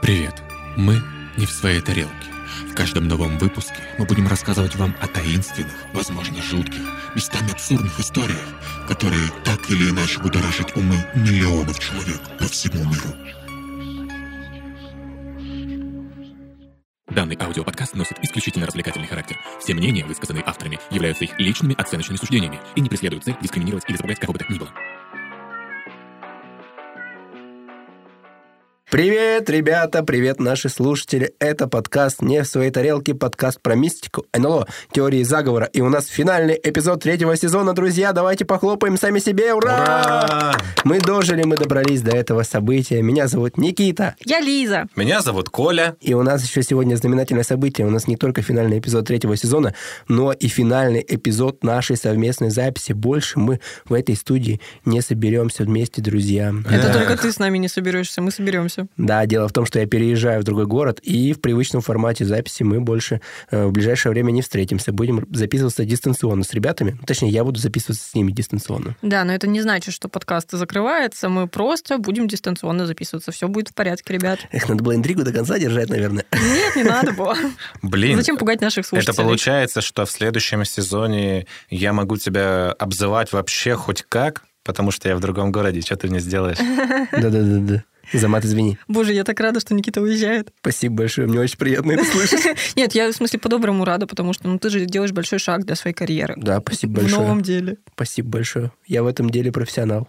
Привет! Мы не в своей тарелке. В каждом новом выпуске мы будем рассказывать вам о таинственных, возможно, жутких, местами абсурдных историях, которые так или иначе будоражат умы миллионов человек по всему миру. Данный аудиоподкаст носит исключительно развлекательный характер. Все мнения, высказанные авторами, являются их личными оценочными суждениями и не преследуют цель дискриминировать или запугать кого бы то ни было. Привет, ребята, привет, наши слушатели. Это подкаст «Не в своей тарелке», подкаст про мистику, НЛО, теории заговора. И у нас финальный эпизод третьего сезона, друзья. Давайте похлопаем сами себе. Ура! Мы дожили, мы добрались до этого события. Меня зовут Никита. Я Лиза. Меня зовут Коля. И у нас еще сегодня знаменательное событие. У нас не только финальный эпизод третьего сезона, но и финальный эпизод нашей совместной записи. Больше мы в этой студии не соберемся вместе, друзья. Это только ты с нами не соберешься, мы соберемся. Да, дело в том, что я переезжаю в другой город, и в привычном формате записи мы больше э, в ближайшее время не встретимся. Будем записываться дистанционно с ребятами. Ну, Точнее, я буду записываться с ними дистанционно. Да, но это не значит, что подкаст закрывается. Мы просто будем дистанционно записываться. Все будет в порядке, ребят. Эх, надо было интригу до конца держать, наверное. Нет, не надо было. Блин. Зачем пугать наших Это слушателей? получается, что в следующем сезоне я могу тебя обзывать вообще хоть как, потому что я в другом городе, что ты мне сделаешь? Да-да-да-да. За мат извини. Боже, я так рада, что Никита уезжает. Спасибо большое, мне очень приятно это слышать. Нет, я в смысле по-доброму рада, потому что ну, ты же делаешь большой шаг для своей карьеры. Да, спасибо В новом большое. деле. Спасибо большое. Я в этом деле профессионал.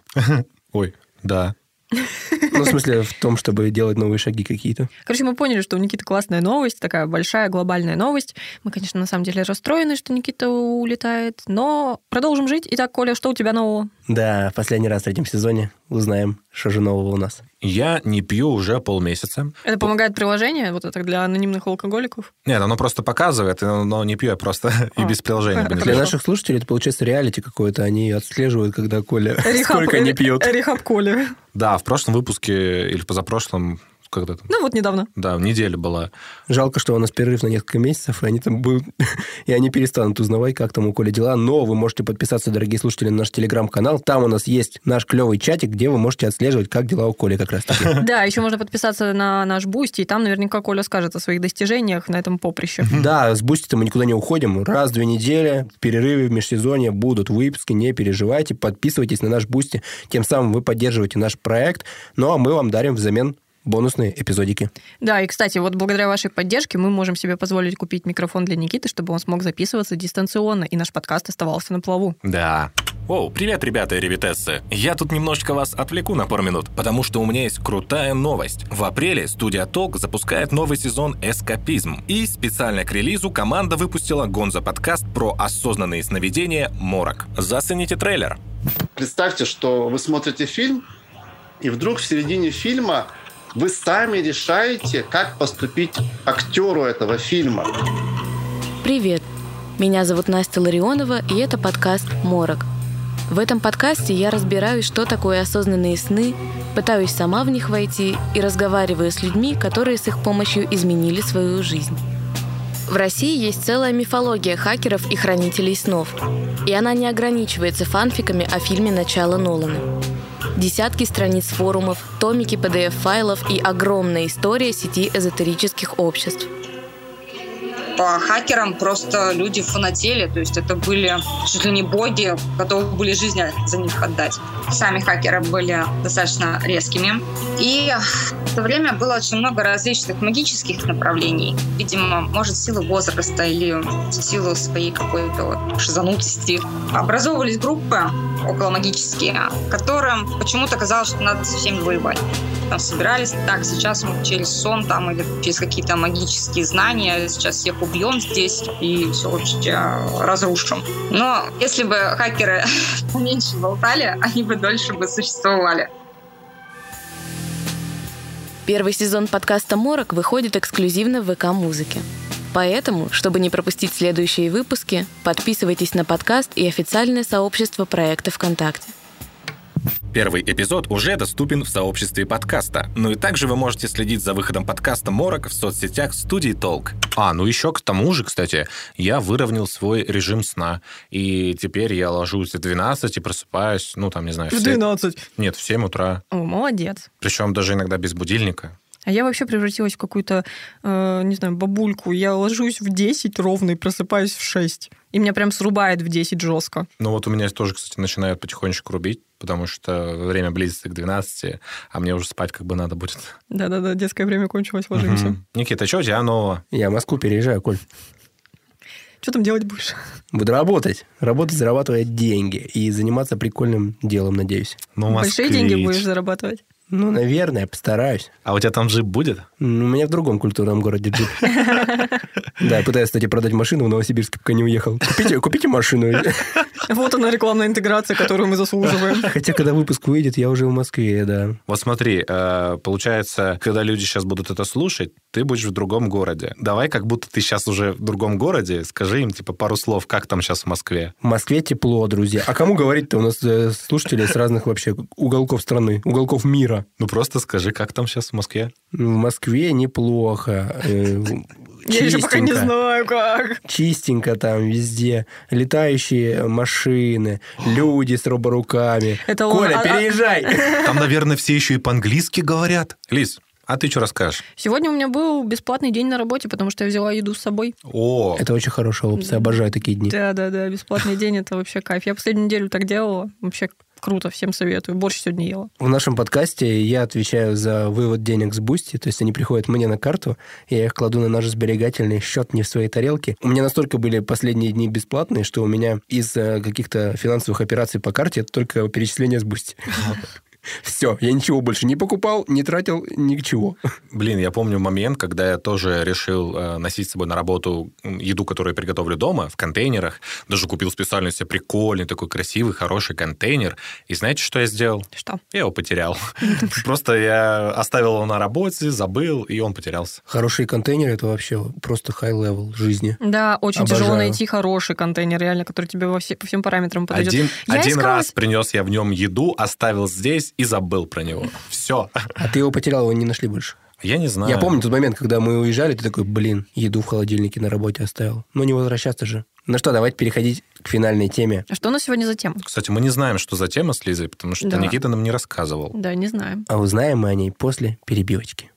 Ой, да. Ну, в смысле, в том, чтобы делать новые шаги какие-то. Короче, мы поняли, что у Никиты классная новость, такая большая глобальная новость. Мы, конечно, на самом деле расстроены, что Никита улетает, но продолжим жить. Итак, Коля, что у тебя нового? Да, в последний раз в третьем сезоне узнаем, что же нового у нас. Я не пью уже полмесяца. Это помогает приложение вот это для анонимных алкоголиков? Нет, оно просто показывает, но не пью я просто и А. без приложения. бы не Для Для пил. Хорошо. наших слушателей это получается реалити какое-то. Они отслеживают, когда Коля сколько не пьет. Рехаб Коля. Да, в прошлом выпуске или в позапрошлом, когда там, Ну вот недавно. да, неделя была. Жалко, что у нас перерыв на несколько месяцев, и они там будут, и они перестанут узнавать, как там у Коли дела. Но вы можете подписаться, дорогие слушатели, на наш телеграм-канал. Там у нас есть наш клевый чатик, где вы можете отслеживать, как дела у Коли как раз таки. Да, еще можно подписаться на наш Бусти, и там наверняка Коля скажет о своих достижениях на этом поприще. Да, с Бусти-то мы никуда не уходим. Раз в две недели в перерыве в межсезонье будут выпуски, не переживайте. Подписывайтесь на наш Бусти, тем самым вы поддерживаете наш проект. Ну, а мы вам дарим взамен бонусные эпизодики. Да, и, кстати, вот благодаря вашей поддержке мы можем себе позволить купить микрофон для Никиты, чтобы он смог записываться дистанционно, и наш подкаст оставался на плаву. Да. Оу, привет, ребята и ребятессы. Я тут немножечко вас отвлеку на пару минут, потому что у меня есть крутая новость. В апреле студия Ток запускает новый сезон «Эскапизм». И специально к релизу команда выпустила гонзо-подкаст про осознанные сновидения «Морок». Зацените трейлер. Представьте, что вы смотрите фильм, и вдруг в середине фильма вы сами решаете, как поступить актеру этого фильма. Привет! Меня зовут Настя Ларионова, и это подкаст «Морок». В этом подкасте я разбираюсь, что такое осознанные сны, пытаюсь сама в них войти и разговариваю с людьми, которые с их помощью изменили свою жизнь. В России есть целая мифология хакеров и хранителей снов, и она не ограничивается фанфиками о фильме «Начало Нолана». Десятки страниц форумов, томики PDF-файлов и огромная история сети эзотерических обществ. по хакерам просто люди фанатели, то есть это были чуть ли не боги, готовы были жизни за них отдать. Сами хакеры были достаточно резкими. И в то время было очень много различных магических направлений. Видимо, может, в силу возраста или в силу своей какой-то вот шизанутости. Образовывались группы околомагические, которым почему-то казалось, что надо со всеми воевать там собирались, так, сейчас мы через сон там или через какие-то магические знания, сейчас всех убьем здесь и все вообще а, разрушим. Но если бы хакеры меньше болтали, они бы дольше бы существовали. Первый сезон подкаста «Морок» выходит эксклюзивно в ВК-музыке. Поэтому, чтобы не пропустить следующие выпуски, подписывайтесь на подкаст и официальное сообщество проекта ВКонтакте. Первый эпизод уже доступен в сообществе подкаста. Ну и также вы можете следить за выходом подкаста «Морок» в соцсетях студии Толк. А, ну еще к тому же, кстати, я выровнял свой режим сна. И теперь я ложусь в 12 и просыпаюсь, ну, там, не знаю, в 7, 12. нет, в 7 утра. О, молодец. Причем даже иногда без будильника. А я вообще превратилась в какую-то, э, не знаю, бабульку. Я ложусь в 10 ровно и просыпаюсь в 6. И меня прям срубает в 10 жестко. Ну вот у меня тоже, кстати, начинают потихонечку рубить, потому что время близится к 12, а мне уже спать как бы надо будет. Да-да-да, детское время кончилось, ложимся. Мгм. Никита, что у тебя нового? Я в Москву переезжаю, Коль. Что там делать будешь? Буду работать. Работать, зарабатывая деньги. И заниматься прикольным делом, надеюсь. Ну, Большие москвич. деньги будешь зарабатывать. Ну, наверное, постараюсь. А у тебя там джип будет? Ну, У меня в другом культурном городе джип. Да, я пытаюсь, кстати, продать машину в Новосибирске, пока не уехал. Купите, купите машину. Вот она рекламная интеграция, которую мы заслуживаем. Хотя, когда выпуск выйдет, я уже в Москве, да. Вот смотри, э, получается, когда люди сейчас будут это слушать, ты будешь в другом городе. Давай, как будто ты сейчас уже в другом городе, скажи им, типа, пару слов, как там сейчас в Москве. В Москве тепло, друзья. А кому говорить-то? У нас э, слушатели с разных вообще уголков страны, уголков мира. Ну, просто скажи, как там сейчас в Москве. В Москве неплохо. э, Я еще пока не чистенько. знаю, как. чистенько там везде, летающие машины, люди с роборуками. Это он, Коля, а- а- переезжай! Там, наверное, все еще и по-английски говорят. Лиз, а ты что расскажешь? Сегодня у меня был бесплатный день на работе, потому что я взяла еду с собой. О, Это очень хорошая опция, обожаю такие дни. Да-да-да, бесплатный день – это вообще кайф. Я последнюю неделю так делала. Вообще круто, всем советую. Борщ сегодня ела. В нашем подкасте я отвечаю за вывод денег с Бусти, то есть они приходят мне на карту, и я их кладу на наш сберегательный счет не в своей тарелке. У меня настолько были последние дни бесплатные, что у меня из э, каких-то финансовых операций по карте это только перечисление с Бусти. Все, я ничего больше не покупал, не тратил, ничего. блин, я помню момент, когда я тоже решил э, носить с собой на работу м, еду, которую я приготовлю дома, в контейнерах. Даже купил специально себе прикольный, такой красивый, хороший контейнер. И знаете, что я сделал? Что? Я его потерял. Просто я оставил его на работе, забыл, и он потерялся. Хорошие контейнеры это вообще просто хай-левел жизни. Да, очень Обожаю. тяжело найти хороший контейнер, реально, который тебе во все- по всем параметрам подойдет. Один, Я один искала- раз принес я в нем еду, оставил здесь и забыл про него. Все. А ты его потерял, его не нашли больше. Я не знаю. Я помню тот момент, когда мы уезжали, ты такой, блин, еду в холодильнике на работе оставил. Но не возвращаться же. Ну что, давайте переходить к финальной теме. А что у нас сегодня за тема? Кстати, мы не знаем, что за тема с Лизой, потому что Да. Никита нам не рассказывал. Да, не знаю. А узнаем мы о ней после перебивочки.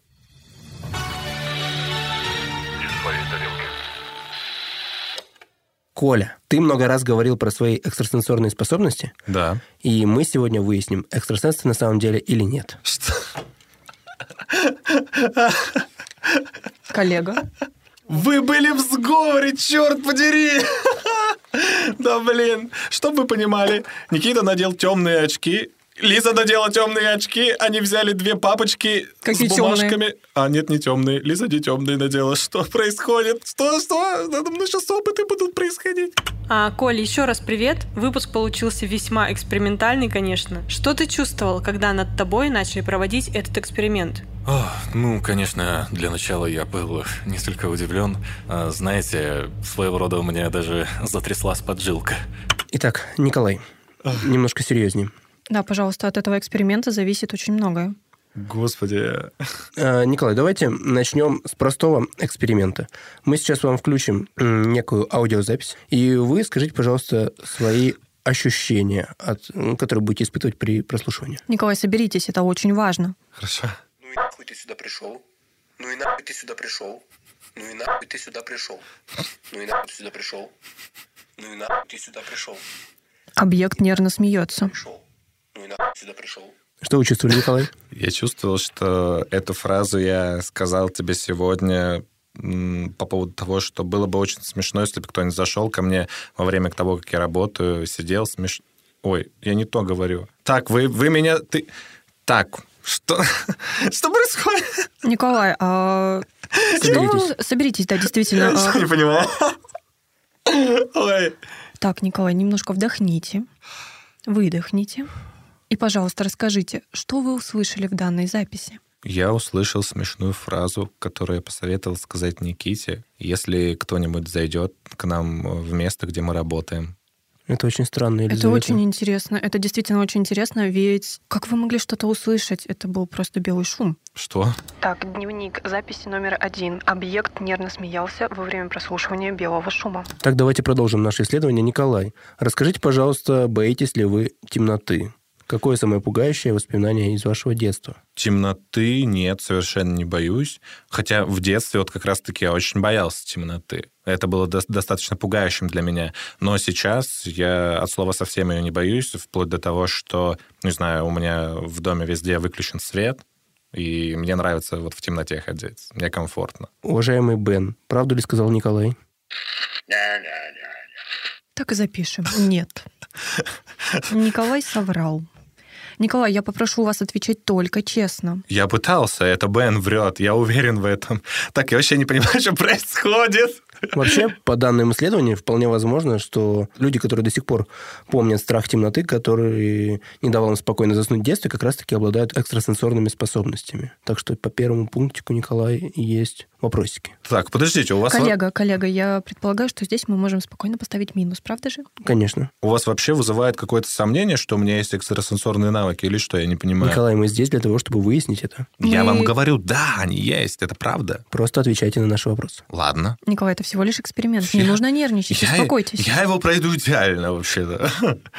Коля, ты много раз говорил про свои экстрасенсорные способности, Да. и мы сегодня выясним, экстрасенс ты на самом деле или нет. Что? Коллега. Вы были в сговоре, черт подери! Да блин, чтобы вы понимали, Никита надел темные очки, Лиза надела темные очки, они взяли две папочки Какие с бумажками. А, нет, не темные. Лиза не темные надела. Что происходит? Что, что? Надо мной сейчас опыты будут происходить. А, Коля, еще раз привет. Выпуск получился весьма экспериментальный, конечно. Что ты чувствовал, когда над тобой начали проводить этот эксперимент? Ох, ну, конечно, для начала я был несколько удивлен. А, знаете, своего рода у меня даже затряслась поджилка. Итак, Николай, немножко серьезнее. Да, пожалуйста, от этого эксперимента зависит очень многое. Господи. Э, Николай, давайте начнем с простого эксперимента. Мы сейчас вам включим м, некую аудиозапись, и вы скажите, пожалуйста, свои ощущения, от, м, которые будете испытывать при прослушивании. Николай, соберитесь, это очень важно. Хорошо. Ну и нахуй ты сюда пришел? Ну и нахуй ты сюда пришел? Ну и нахуй ты сюда пришел? Ну и нахуй ты сюда пришел? Ну и нахуй ты сюда пришел? Объект нервно смеется. Пришел. Ну и нахуй ты сюда пришел? Что вы чувствовали, Николай? Я чувствовал, что эту фразу я сказал тебе сегодня м, по поводу того, что было бы очень смешно, если бы кто-нибудь зашел ко мне во время того, как я работаю, сидел смеш... Ой, я не то говорю. Так, вы, вы меня... Ты... Так, что... что происходит? Николай, а... что вы- Соберитесь, да, действительно. а, Я не понимаю. Ой. Так, Николай, немножко вдохните, выдохните. И, пожалуйста, расскажите, что вы услышали в данной записи? Я услышал смешную фразу, которую я посоветовал сказать Никите, если кто-нибудь зайдет к нам в место, где мы работаем. Это очень странно, Это Елизавета. очень интересно. Это действительно очень интересно, ведь как вы могли что-то услышать? Это был просто белый шум. Что? Так, дневник записи номер один. Объект нервно смеялся во время прослушивания белого шума. Так, давайте продолжим наше исследование. Николай, расскажите, пожалуйста, боитесь ли вы темноты? Какое самое пугающее воспоминание из вашего детства? Темноты нет, совершенно не боюсь. Хотя в детстве вот как раз-таки я очень боялся темноты. Это было дос- достаточно пугающим для меня. Но сейчас я от слова совсем ее не боюсь, вплоть до того, что, не знаю, у меня в доме везде выключен свет, и мне нравится вот в темноте ходить. Мне комфортно. Уважаемый Бен, правду ли сказал Николай? Так и запишем. Нет. Николай соврал. Николай, я попрошу вас отвечать только честно. Я пытался, это Бен врет, я уверен в этом. Так, я вообще не понимаю, что происходит. Вообще, по данным исследований, вполне возможно, что люди, которые до сих пор помнят страх темноты, который не давал им спокойно заснуть в детстве, как раз-таки обладают экстрасенсорными способностями. Так что по первому пунктику, Николай, есть вопросики. Так, подождите, у вас... во- Коллега, коллега, я предполагаю, что здесь мы можем спокойно поставить минус, правда же? Конечно. У вас вообще вызывает какое-то сомнение, что у меня есть экстрасенсорные навыки или что, я не понимаю. Николай, мы здесь для того, чтобы выяснить это. Я Мы- вам говорю, да, они есть, это правда. Просто отвечайте на наши вопросы. Ладно. Николай, это всего лишь эксперимент. Не Я- нужно нервничать, успокойтесь. я его пройду идеально вообще-то.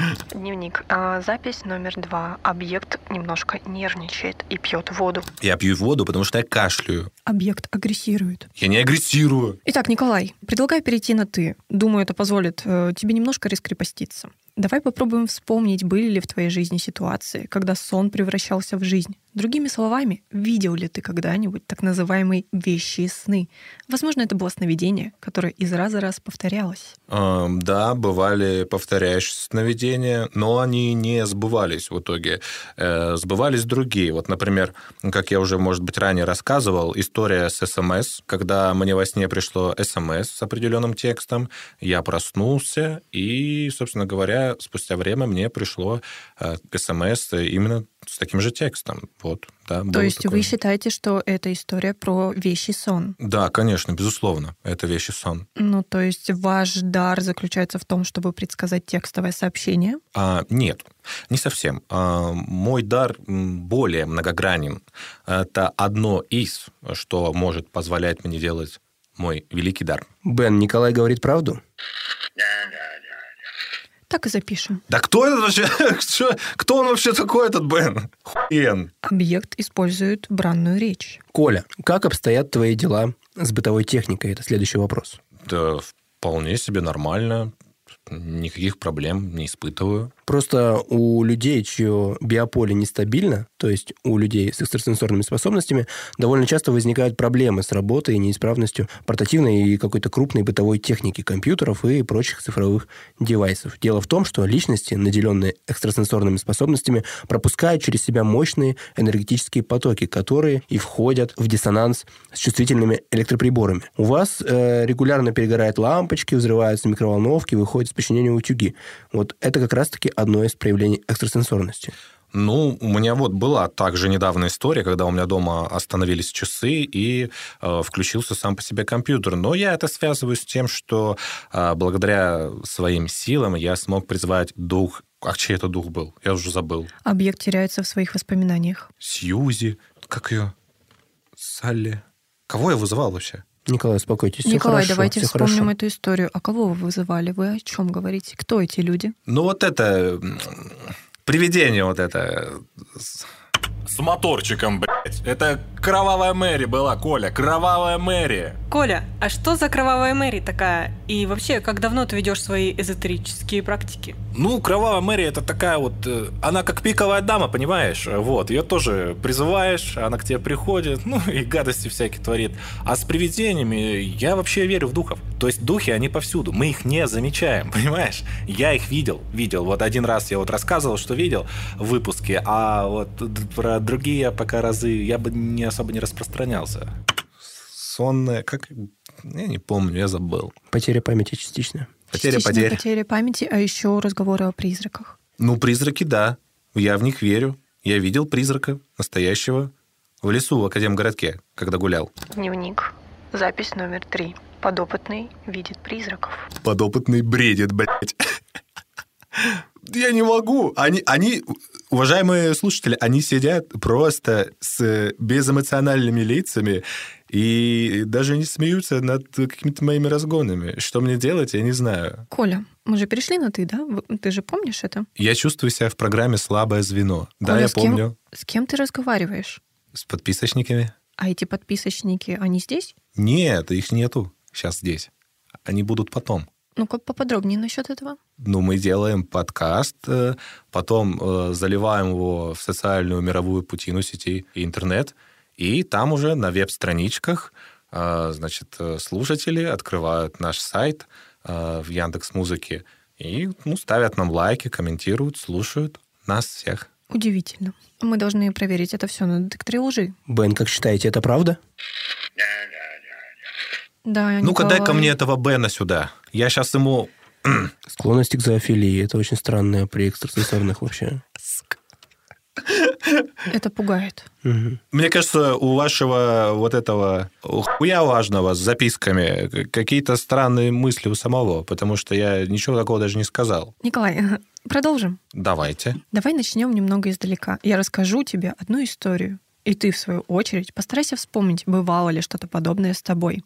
Дневник. А, запись номер два. Объект немножко нервничает и пьет воду. Я пью воду, потому что я кашляю. Объект агрессирует. Я не агрессирую. Итак, Николай, предлагаю перейти на «ты». Думаю, это позволит э, тебе немножко раскрепоститься. Давай попробуем вспомнить, были ли в твоей жизни ситуации, когда сон превращался в жизнь. Другими словами, видел ли ты когда-нибудь так называемые вещи и сны? Возможно, это было сновидение, которое из раза в раз повторялось. Эм, да, бывали повторяющиеся сновидения, но они не сбывались в итоге. Э, сбывались другие. Вот, например, как я уже, может быть, ранее рассказывал, история с СМС, когда мне во сне пришло СМС с определенным текстом, я проснулся, и, собственно говоря, спустя время мне пришло э, СМС именно с таким же текстом. Вот, да, То было есть такое. вы считаете, что это история про вещи и сон? Да, конечно, безусловно, это вещи сон. Ну, то есть ваш дар заключается в том, чтобы предсказать текстовое сообщение? А, нет, не совсем. А, мой дар м, более многогранен. Это одно из, что может позволять мне делать мой великий дар. Бен, Николай говорит правду? Так и запишем. Да кто этот вообще? Чё- Кто он вообще такой, этот Бен? Хуен. Объект использует бранную речь. Коля, как обстоят твои дела с бытовой техникой? Это следующий вопрос. Да вполне себе нормально. Никаких проблем не испытываю. Просто у людей, чье биополе нестабильно, то есть у людей с экстрасенсорными способностями, довольно часто возникают проблемы с работой и неисправностью портативной и какой-то крупной бытовой техники компьютеров и прочих цифровых девайсов. Дело в том, что личности, наделенные экстрасенсорными способностями, пропускают через себя мощные энергетические потоки, которые и входят в диссонанс с чувствительными электроприборами. У вас э, регулярно перегорают лампочки, взрываются микроволновки, выходят из подчинения утюги. Вот это как раз-таки одно из проявлений экстрасенсорности. Ну, у меня вот была также недавно история, когда у меня дома остановились часы и э, включился сам по себе компьютер. Но я это связываю с тем, что э, благодаря своим силам я смог призвать дух. А чей это дух был? Я уже забыл. Объект теряется в своих воспоминаниях. Сьюзи. Как ее? Салли. Кого я вызывал вообще? Николай, успокойтесь. всё Николай, хорошо, давайте всё вспомним хорошо. эту историю. А кого вы вызывали? Вы о чем говорите? Кто эти люди? Ну, вот это... м, Привидение вот это. э, С- С моторчиком, блядь. Это кровавая Мэри была, Коля. Кровавая Мэри. Коля, а что за кровавая Мэри такая? И вообще, как давно ты ведешь свои эзотерические практики? Ну, кровавая Мэри это такая вот... э, Она как пиковая дама, понимаешь? Вот, ее тоже призываешь, она к тебе приходит, ну и гадости всякие творит. А с привидениями я вообще верю в духов. То есть духи, они повсюду, мы их не замечаем, понимаешь? Я их видел, видел. Вот один раз я вот рассказывал, что видел в выпуске, а вот д- про другие пока разы я бы не особо не распространялся. Сонное... Как... Я не помню, я забыл. Потеря памяти частично. Потеря, Частичная потеря. потеря памяти, а еще разговоры о призраках. Ну, призраки, да. Я в них верю. Я видел призрака настоящего в лесу в Академгородке, когда гулял. Дневник. Запись номер три. Подопытный видит призраков. Подопытный бредит, блядь. Я не могу. Они, они, уважаемые слушатели, они сидят просто с безэмоциональными лицами и даже не смеются над какими-то моими разгонами. Что мне делать, я не знаю. Коля, Мы же перешли на «ты», да? Вы- Ты же помнишь это? Я чувствую себя в программе «Слабое звено». да, Коля, я с кем- помню. С кем ты разговариваешь? С подписочниками. А эти подписочники, они здесь? Нет, их нету сейчас здесь. Они будут потом. Ну-ка поподробнее насчет этого. Ну, мы делаем подкаст, э, потом э, заливаем его в социальную мировую путину сетей и интернет, и там уже на веб-страничках, э, значит, э, слушатели открывают наш сайт э, в Яндекс Музыке и ну, ставят нам лайки, комментируют, слушают нас всех. Удивительно. Мы должны проверить это все на детекторе лжи. Бен, как считаете, это правда? Да, Ну-ка, Николай. дай ко мне этого Бена сюда. Я сейчас ему... Склонность к зоофилии. Это очень странное при экстрасенсорных вообще. Это пугает. Мгм. Мне кажется, у вашего вот этого хуя важного с записками к- какие-то странные мысли у самого, потому что я ничего такого даже не сказал. Николай, продолжим. Давайте. Давай начнем немного издалека. Я расскажу тебе одну историю. И ты, в свою очередь, постарайся вспомнить, бывало ли что-то подобное с тобой.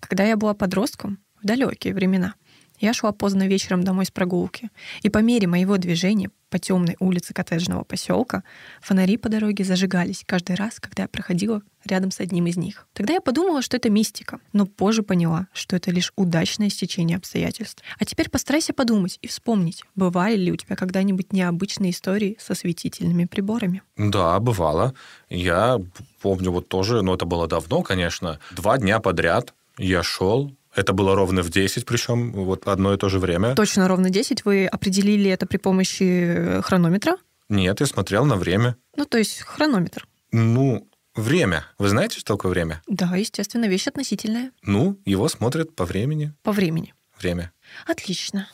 Когда я была подростком, в далекие времена, я шла поздно вечером домой с прогулки, и по мере моего движения по темной улице коттеджного поселка фонари по дороге зажигались каждый раз, когда я проходила рядом с одним из них. Тогда я подумала, что это мистика, но позже поняла, что это лишь удачное стечение обстоятельств. А теперь постарайся подумать и вспомнить, бывали ли у тебя когда-нибудь необычные истории со светительными приборами. Да, бывало. Я помню вот тоже, но это было давно, конечно. Два дня подряд я шел. Это было ровно в 10, причем вот одно и то же время. Точно ровно 10 вы определили это при помощи э, хронометра? Нет, я смотрел на время. Ну, то есть хронометр. Ну, время. Вы знаете, что такое время? Да, естественно, вещь относительная Ну, его смотрят по времени. по времени. Время. Отлично.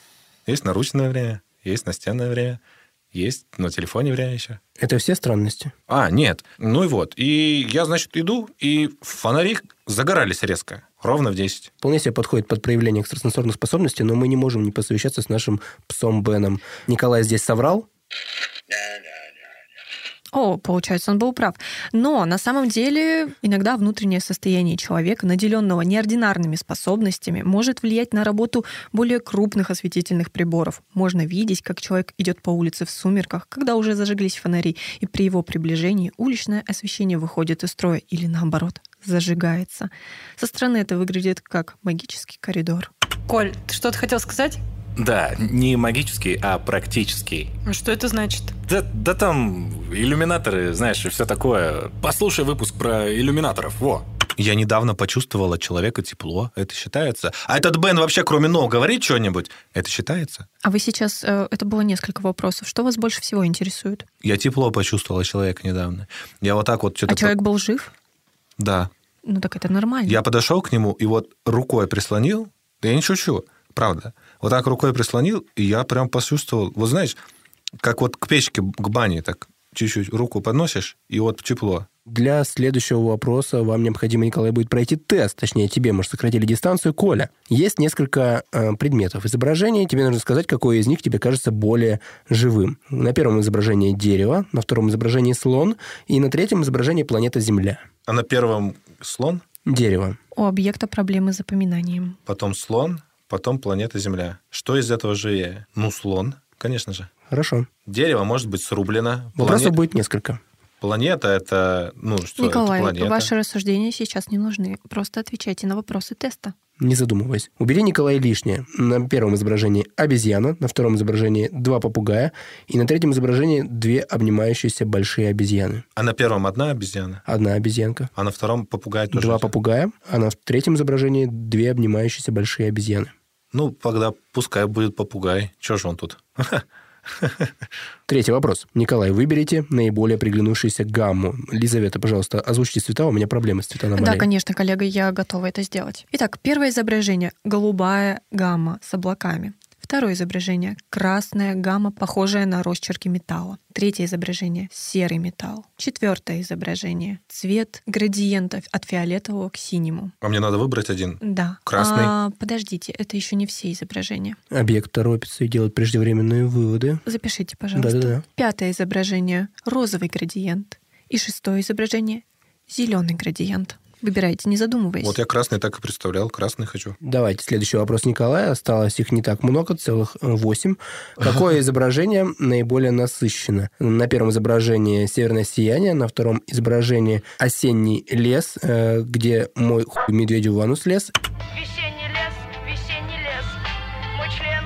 Есть наручное время, есть настенное время, есть на телефоне время еще. Это все странности? А, нет. Ну и вот. И я, значит, иду, и фонари загорались резко. Ровно в 10. Вполне себе подходит под проявление экстрасенсорных способностей, но мы не можем не посовещаться с нашим псом Беном. Николай здесь соврал? О, получается, он был прав. Но на самом деле иногда внутреннее состояние человека, наделенного неординарными способностями, может влиять на работу более крупных осветительных приборов. Можно видеть, как человек идет по улице в сумерках, когда уже зажиглись фонари, и при его приближении уличное освещение выходит из строя или наоборот зажигается. Со стороны это выглядит как магический коридор. Коль, ты что-то хотел сказать? Да, не магический, а практический. А Что это значит? Да, да там иллюминаторы, знаешь, и все такое. Послушай выпуск про иллюминаторов, во. Я недавно почувствовала человека тепло. Это считается. А этот Бен вообще, кроме ног, говорит что-нибудь? Это считается? А вы сейчас... э, это было несколько вопросов. Что вас больше всего интересует? Я тепло почувствовала человека недавно. Я вот так вот что-то... а человек был жив? Да. Ну так это нормально. Я подошел к нему и вот рукой прислонил. Да я не шучу, правда. Вот так рукой прислонил, и я прям почувствовал. Вот знаешь, как вот к печке, к бане так чуть-чуть руку подносишь, и вот тепло. Для следующего вопроса вам необходимо, Николай, будет пройти тест, точнее, тебе, может, сократили дистанцию, Коля. Есть несколько э, предметов изображения, тебе нужно сказать, какое из них тебе кажется более живым. На первом изображении дерево, на втором изображении слон, и на третьем изображении планета Земля. А на первом слон, Дерево. У объекта проблемы с запоминанием. потом слон, потом планета Земля. Что из этого живее? Ну, слон, конечно же. Хорошо. Дерево может быть срублено. Вопросов Плане- будет несколько. Планета это, ну, что это Николай, планета? ваши рассуждения сейчас не нужны. Просто отвечайте на вопросы теста. Не задумываясь. Убери Николая лишнее. На первом изображении обезьяна, на втором изображении два попугая, и на третьем изображении две обнимающиеся большие обезьяны. А на первом одна обезьяна, Одна обезьянка. а на втором попугай тоже. Два один. попугая, а на в- третьем изображении две обнимающиеся большие обезьяны. Ну, тогда пускай будет попугай. Чего же он тут? Третий вопрос. Николай, выберите наиболее приглянувшуюся гамму. Лизавета, пожалуйста, озвучьте цвета, у меня проблемы с цветами. Да, конечно, коллега, я готова это сделать. Итак, первое изображение — голубая гамма с облаками. Второе изображение — красная гамма, похожая на росчерки металла. Третье изображение — серый металл. Четвертое изображение — цвет градиентов от фиолетового к синему. А мне надо выбрать один. Да. Красный. А, подождите, это еще не все изображения. Объект торопится и делает преждевременные выводы. Запишите, пожалуйста. Да-да-да. Пятое изображение — розовый градиент. И шестое изображение — зеленый градиент. Выбирайте, не задумываясь. Вот я красный так и представлял, красный хочу. Давайте следующий вопрос Николая. Осталось их не так много, целых э, восемь. Какое изображение наиболее насыщено? На первом изображении северное сияние, на втором изображении осенний лес, э, где мой хуй медведю в анус лес. Весенний лес, весенний лес, мой член,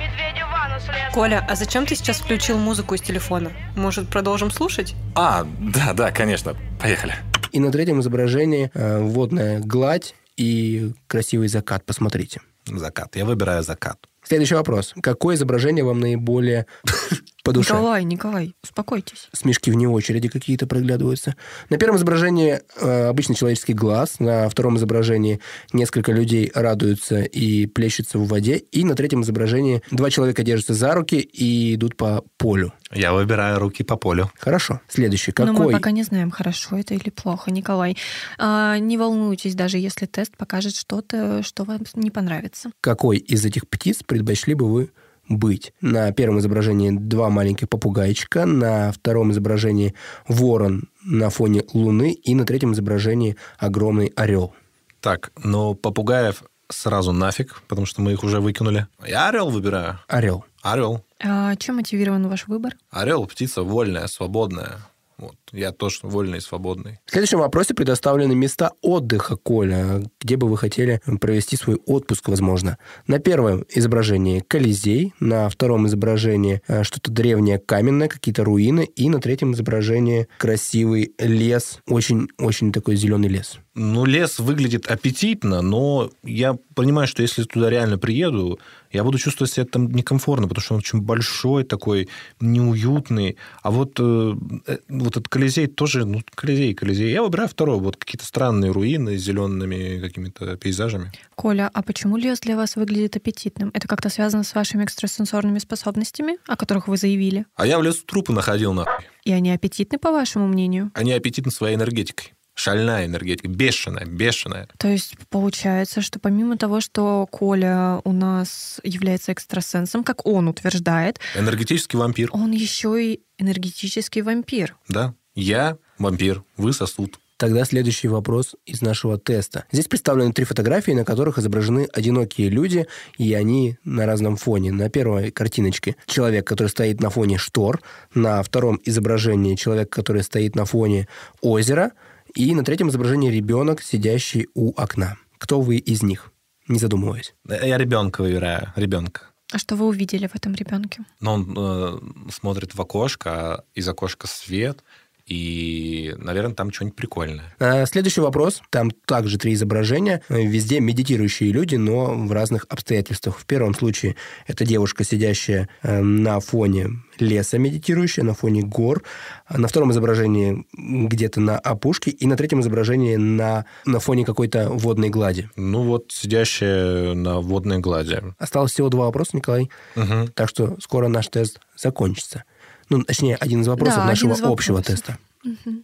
медведю ванус лес. Коля, а зачем ты сейчас включил музыку из телефона? Может, продолжим слушать? А, да, да, конечно. Поехали. И на третьем изображении э, водная гладь и красивый закат. Посмотрите. Закат. Я выбираю закат. Следующий вопрос. Какое изображение вам наиболее по душе? Николай, Николай, успокойтесь. смешки вне очереди какие-то проглядываются. На первом изображении э, обычный человеческий глаз, на втором изображении несколько людей радуются и плещутся в воде, и на третьем изображении два человека держатся за руки и идут по полю. Я выбираю руки по полю. Хорошо. Следующий. Но Ну, мы Какой? пока не знаем, хорошо это или плохо, Николай. А, не волнуйтесь, даже если тест покажет что-то, что вам не понравится. какой из этих птиц предпочли бы вы быть. На первом изображении два маленьких попугайчика, на втором изображении ворон на фоне луны и на третьем изображении огромный орел. Так, но попугаев сразу нафиг, потому что мы их уже выкинули. Я орел выбираю. Орел. Орел. А, чем мотивирован ваш выбор? Орел птица вольная, свободная. Вот. Я тоже вольный и свободный. В следующем вопросе предоставлены места отдыха, Коля, где бы вы хотели провести свой отпуск, возможно. На первом изображении Колизей, на втором изображении э, что-то древнее каменное, какие-то руины, и на третьем изображении красивый лес, очень-очень такой зеленый лес. Ну, лес выглядит аппетитно, но я понимаю, что если туда реально приеду, я буду чувствовать себя там некомфортно, потому что он очень большой такой, неуютный. А вот, э, э, вот этот Колизей тоже, ну, Колизей, Колизей. Я выбираю второй, вот какие-то странные руины с зелеными какими-то пейзажами. Коля, а почему лес для вас выглядит аппетитным? Это как-то связано с вашими экстрасенсорными способностями, о которых вы заявили? А я в лесу трупы находил, нахуй. И они аппетитны, по вашему мнению? Они аппетитны своей энергетикой. Шальная энергетика, бешеная, бешеная. То есть получается, что помимо того, что Коля у нас является экстрасенсом, как он утверждает, Энергетический вампир, он еще и энергетический вампир. да. Я вампир, вы сосуд. Тогда следующий вопрос из нашего теста. Здесь представлены три фотографии, на которых изображены одинокие люди, и они на разном фоне. На первой картиночке человек, который стоит на фоне штор, на втором изображении человек, который стоит на фоне озера, и на третьем изображении ребенок, сидящий у окна. Кто вы из них? Не задумываясь. Я ребенка выбираю, ребенка. А что вы увидели в этом ребенке? Но он э, смотрит в окошко, а из окошка свет, и, наверное, там что-нибудь прикольное. А, Следующий вопрос. Там также три изображения. Э, Везде медитирующие люди, но в разных обстоятельствах. В первом случае это девушка, сидящая э, на фоне леса медитирующая, на фоне гор. А На втором изображении м, где-то на опушке. И на третьем изображении на, на фоне какой-то водной глади. Ну вот, сидящая на водной глади. Осталось всего два вопроса, Николай. Мгм. Так что скоро наш тест закончится. Ну, точнее, один из вопросов Да, один нашего из вопросов. общего теста.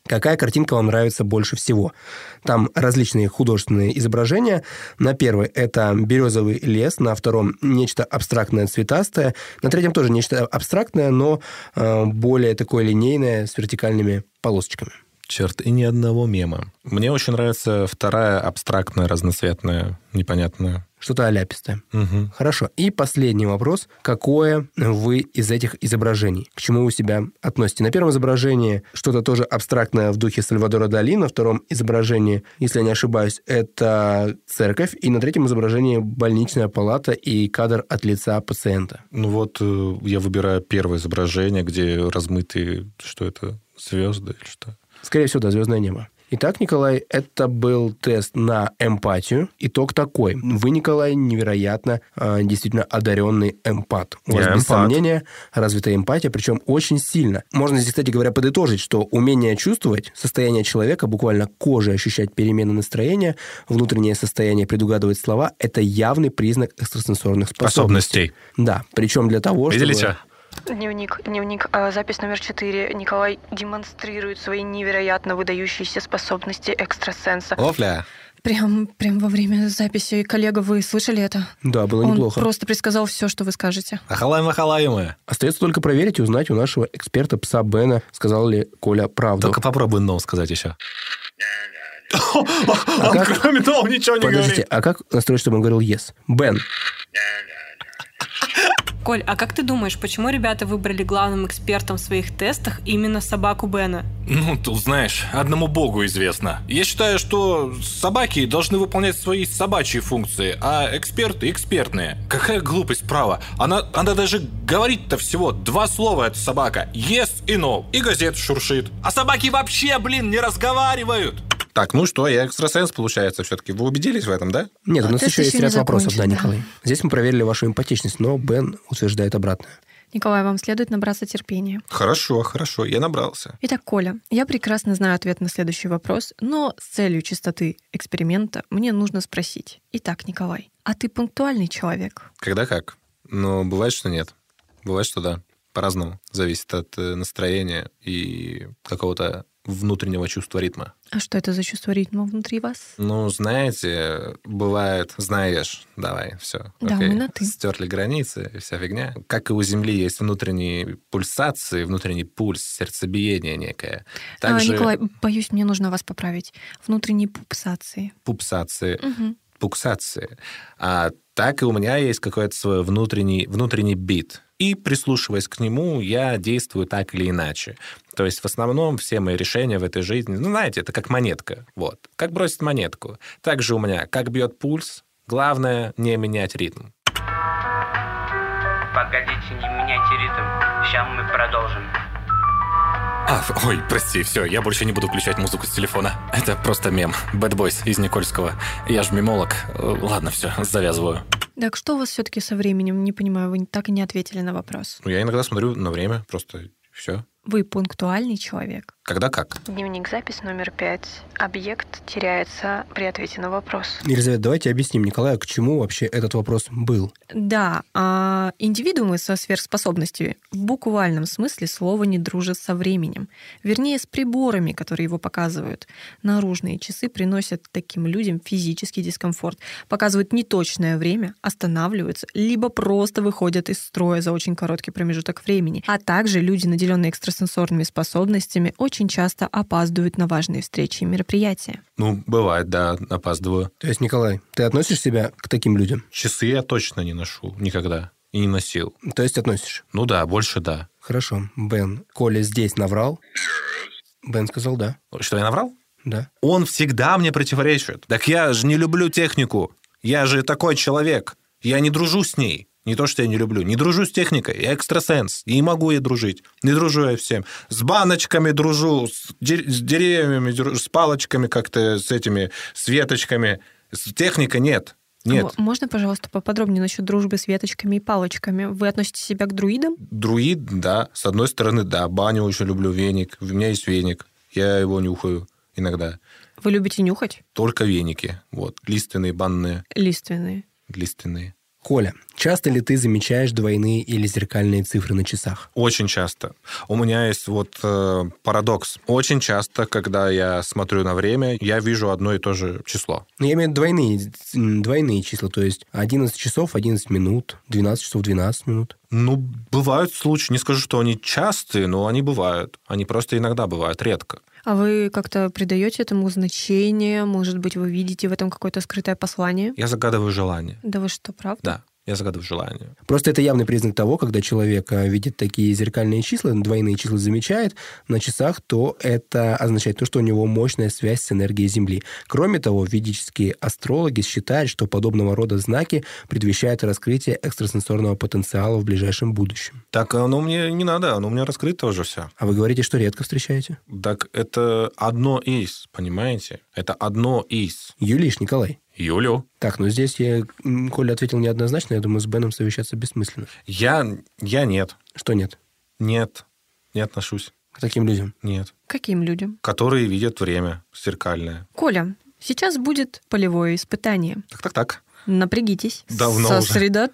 Какая картинка вам нравится больше всего? Там различные художественные изображения. На первой это березовый лес, на втором нечто абстрактное, цветастое, на третьем тоже нечто абстрактное, но э, более такое линейное с вертикальными полосочками. Черт, и ни одного мема. Мне очень нравится вторая абстрактная, разноцветная, непонятная. Что-то аляпистое. Мгм. Хорошо. И последний вопрос. Какое вы из этих изображений? К чему вы себя относите? На первом изображении что-то тоже абстрактное в духе Сальвадора Дали, на втором изображении, если я не ошибаюсь, это церковь, и на третьем изображении больничная палата и кадр от лица пациента. Ну вот, э, я выбираю первое изображение, где размытые, что это, звезды или что? Скорее всего, да, звездное небо. Итак, Николай, это был тест на эмпатию. Итог такой. Вы, Николай, невероятно э, действительно одаренный эмпат. У вас, Я без эмпат. сомнения, развитая эмпатия, причем очень сильно. Можно здесь, кстати говоря, подытожить, что умение чувствовать, состояние человека, буквально кожей ощущать перемены настроения, внутреннее состояние предугадывать слова, это явный признак экстрасенсорных способностей. Способностей. Да, причем для того, Видели чтобы... тебя? Дневник, дневник, а, запись номер четыре. Николай демонстрирует свои невероятно выдающиеся способности экстрасенса. Офля! Прям, прям во время записи, коллега, вы слышали это? Да, было Он неплохо. просто предсказал все, что вы скажете. Ахалай-махалай Остается только проверить и узнать у нашего эксперта пса Бена, сказал ли Коля правду. Только попробуй «но» сказать еще. А Он, как- кроме того, ничего не Подождите, говорит. а как настроить, чтобы он говорил yes? Бен, Коль, а как ты думаешь, почему ребята выбрали главным экспертом в своих тестах именно собаку Бена? Ну, тут знаешь, одному богу известно. Я считаю, что собаки должны выполнять свои собачьи функции, а эксперты — экспертные. Какая глупость, право. Она, она даже говорит-то всего два слова, эта собака. Yes и no. И газет шуршит. А собаки вообще, блин, не разговаривают. Так, ну что, я экстрасенс, получается, все-таки. Вы убедились в этом, да? нет, у нас Тест еще есть еще не ряд вопросов, да, закончен, да. Николай? Здесь мы проверили вашу эмпатичность, но Бен утверждает обратное. Николай, вам следует набраться терпения. Хорошо, хорошо, я набрался. Итак, Коля, я прекрасно знаю ответ на следующий вопрос, но с целью чистоты эксперимента мне нужно спросить. Итак, Николай, а ты пунктуальный человек? Когда как? Но бывает, что нет. Бывает, что да. По-разному. Зависит от э, настроения и какого-то внутреннего чувства ритма. А что это за чувство ритма внутри вас? А, Ну, знаете, бывает, знаешь, давай, все. Да, мы на «ты». Стерли границы, и вся фигня. Как и у Земли есть внутренние пульсации, внутренний пульс, сердцебиение некое. А, Также Николай, боюсь, мне нужно вас поправить. Внутренние пупсации. пупсации, Мгм. пуксации. А так и у меня есть какой-то свой внутренний, внутренний бит. И прислушиваясь к нему, я действую так или иначе. То есть в основном все мои решения в этой жизни, ну, знаете, это как монетка. Вот. Как бросить монетку. Также у меня, как бьет пульс, главное не менять ритм. Погодите, не меняйте ритм. Сейчас мы продолжим. А, ф- ой, прости, все, я больше не буду включать музыку с телефона. Это просто мем. Bad Boys из Никольского. Я же мемолог. Э, Ладно, все, завязываю. Так что у вас все-таки со временем? Не понимаю, вы так и не ответили на вопрос. Ну, я иногда смотрю на время, просто все. Вы пунктуальный человек? Когда как? Дневник, запись номер пять. Объект теряется при ответе на вопрос. Елизавета, давайте объясним Николаю, к чему вообще этот вопрос был. Да, а индивидуумы со сверхспособностями в буквальном смысле слова не дружат со временем. Вернее, с приборами, которые его показывают. Наружные часы приносят таким людям физический дискомфорт, показывают неточное время, останавливаются, либо просто выходят из строя за очень короткий промежуток времени. А также люди, наделенные экстрасенсорными способностями, очень часто опаздывают на важные встречи и мероприятия. Ну, бывает, да, опаздываю. То есть, Николай, ты относишь себя к таким людям? Часы я точно не ношу никогда. И не носил. То есть относишь? Ну да, больше да. Хорошо. Бен, Коля здесь наврал? Бен сказал да. Что, я наврал? Да. Он всегда мне противоречит. Так я же не люблю технику. Я же такой человек. Я не дружу с ней. Не то, что я не люблю. Не дружу с техникой. Я экстрасенс. Не могу ей дружить. Не дружу я всем. С баночками дружу, с, дер- с деревьями, дру- с палочками как-то, с этими, с веточками. С техникой нет. Нет. М- Можно, пожалуйста, поподробнее насчет дружбы с веточками и палочками? Вы относите себя к друидам? Друид, да. С одной стороны, да. Баню очень люблю. Веник. У меня есть веник. Я его нюхаю иногда. Вы любите нюхать? Только веники. Вот. Лиственные, банные, Лиственные. лиственные. Коля, часто ли ты замечаешь двойные или зеркальные цифры на часах? Очень часто. У меня есть вот э, парадокс. Очень часто, когда я смотрю на время, я вижу одно и то же число. Ну, я имею в виду двойные, м, двойные числа, то есть 11 часов 11 минут, 12 часов 12 минут. Ну, бывают случаи, не скажу, что они частые, но они бывают. Они просто иногда бывают, редко. А вы как-то придаете этому значение? Может быть, вы видите в этом какое-то скрытое послание? Я загадываю желание. Да вы что, правда? Да, я загадываю желание. Просто это явный признак того, когда человек а, видит такие зеркальные числа, двойные числа замечает на часах, то это означает то, что у него мощная связь с энергией Земли. Кроме того, ведические астрологи считают, что подобного рода знаки предвещают раскрытие экстрасенсорного потенциала в ближайшем будущем. Так оно мне не надо, оно у меня раскрыто уже все. А вы говорите, что редко встречаете? Так это одно из, понимаете? Это одно из. Юлиш, Николай. Юлю. Так, ну здесь я, м, Коля ответил неоднозначно, я думаю, с Беном совещаться бессмысленно. Я, я нет. Что нет? Нет. Не отношусь. К таким людям. Нет. Каким людям? которые видят время зеркальное. Коля, сейчас будет полевое испытание. Так-так-так. Напрягитесь, Давно уже.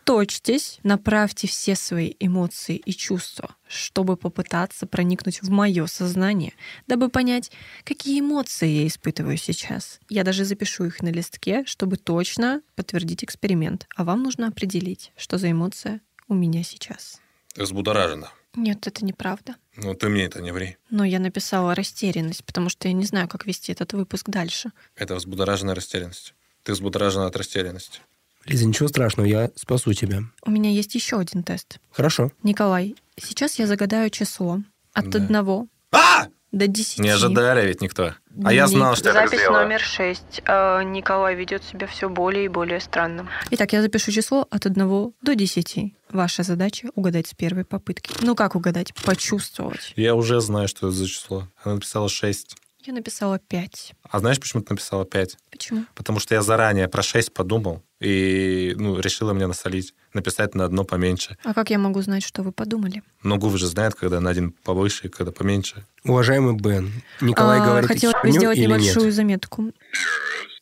сосредоточьтесь, направьте все свои эмоции и чувства, чтобы попытаться проникнуть в мое сознание, дабы понять, какие эмоции я испытываю сейчас. Я даже запишу их на листке, чтобы точно подтвердить эксперимент. А вам нужно определить, что за эмоция у меня сейчас. Взбудоражено. Нет, это неправда. Ну, ты мне это не ври. Но я написала растерянность, потому что я не знаю, как вести этот выпуск дальше. Это взбудораженная растерянность. Ты взбудоражена от растерянности. Лиза, ничего страшного, я спасу тебя. У меня есть еще один тест. Хорошо. Николай, сейчас я загадаю число от Да. одного А! до десяти. Не ожидали ведь никто. А я знал, что я так Запись сделаю. номер шесть. Э, Николай ведет себя все более и более странным. Итак, я запишу число от 1 до 10. Ваша задача — угадать с первой попытки. Ну как угадать? Почувствовать. Я уже знаю, что это за число. Она написала 6. Я написала 5. А знаешь, почему ты написала 5? Почему? Потому что я заранее про 6 подумал и ну, решила мне насолить, написать на одно поменьше. А как я могу знать, что вы подумали? Но Гув же знает, когда на один повыше, и когда поменьше. Уважаемый Бен, Николай А, говорит, Хотела бы «Херню» сделать или нет? небольшую заметку.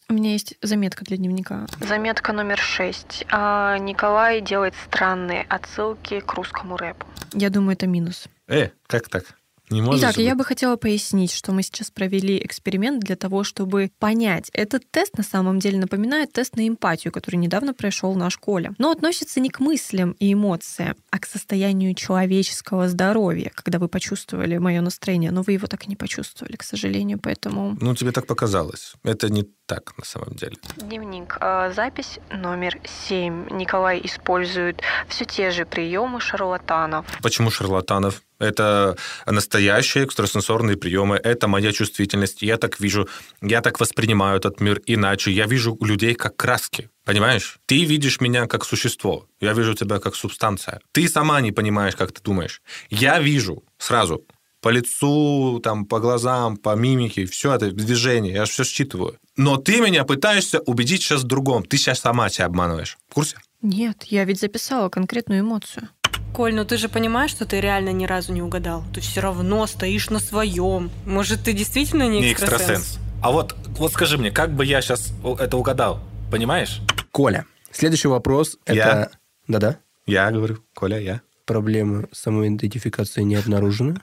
У меня есть заметка для дневника. Заметка номер шесть. Э, Николай делает странные отсылки к русскому рэпу. Я думаю, это минус. Э, как так? Не Ну, можешь? Итак, же я быть? бы хотела пояснить, что мы сейчас провели эксперимент для того, чтобы понять. Этот тест на самом деле напоминает тест на эмпатию, который недавно прошел наш Коля. Но относится не к мыслям и эмоциям, а к состоянию человеческого здоровья, когда вы почувствовали мое настроение, но вы его так и не почувствовали, к сожалению, поэтому... Ну, тебе так показалось. Это не так на самом деле. Дневник. Э, Запись номер семь. Николай использует все те же приемы шарлатанов. Почему шарлатанов? Это настоящие экстрасенсорные приемы, это моя чувствительность. Я так вижу, я так воспринимаю этот мир иначе. Я вижу людей как краски, понимаешь? Ты видишь меня как существо, я вижу тебя как субстанция. Ты сама не понимаешь, как ты думаешь. Я вижу сразу по лицу, там, по глазам, по мимике, все это движение, я все считываю. Но ты меня пытаешься убедить сейчас в другом. Ты сейчас сама себя обманываешь. В курсе? Нет, я ведь записала конкретную эмоцию. Коль, ну ты же понимаешь, что ты реально ни разу не угадал. Ты все равно стоишь на своем. Может, ты действительно не, Не экстрасенс? экстрасенс. А вот, вот скажи мне, как бы я сейчас это угадал? Понимаешь? Коля, следующий вопрос Я? это... Да-да. Я говорю, Коля, я. Проблемы самоидентификации не обнаружены.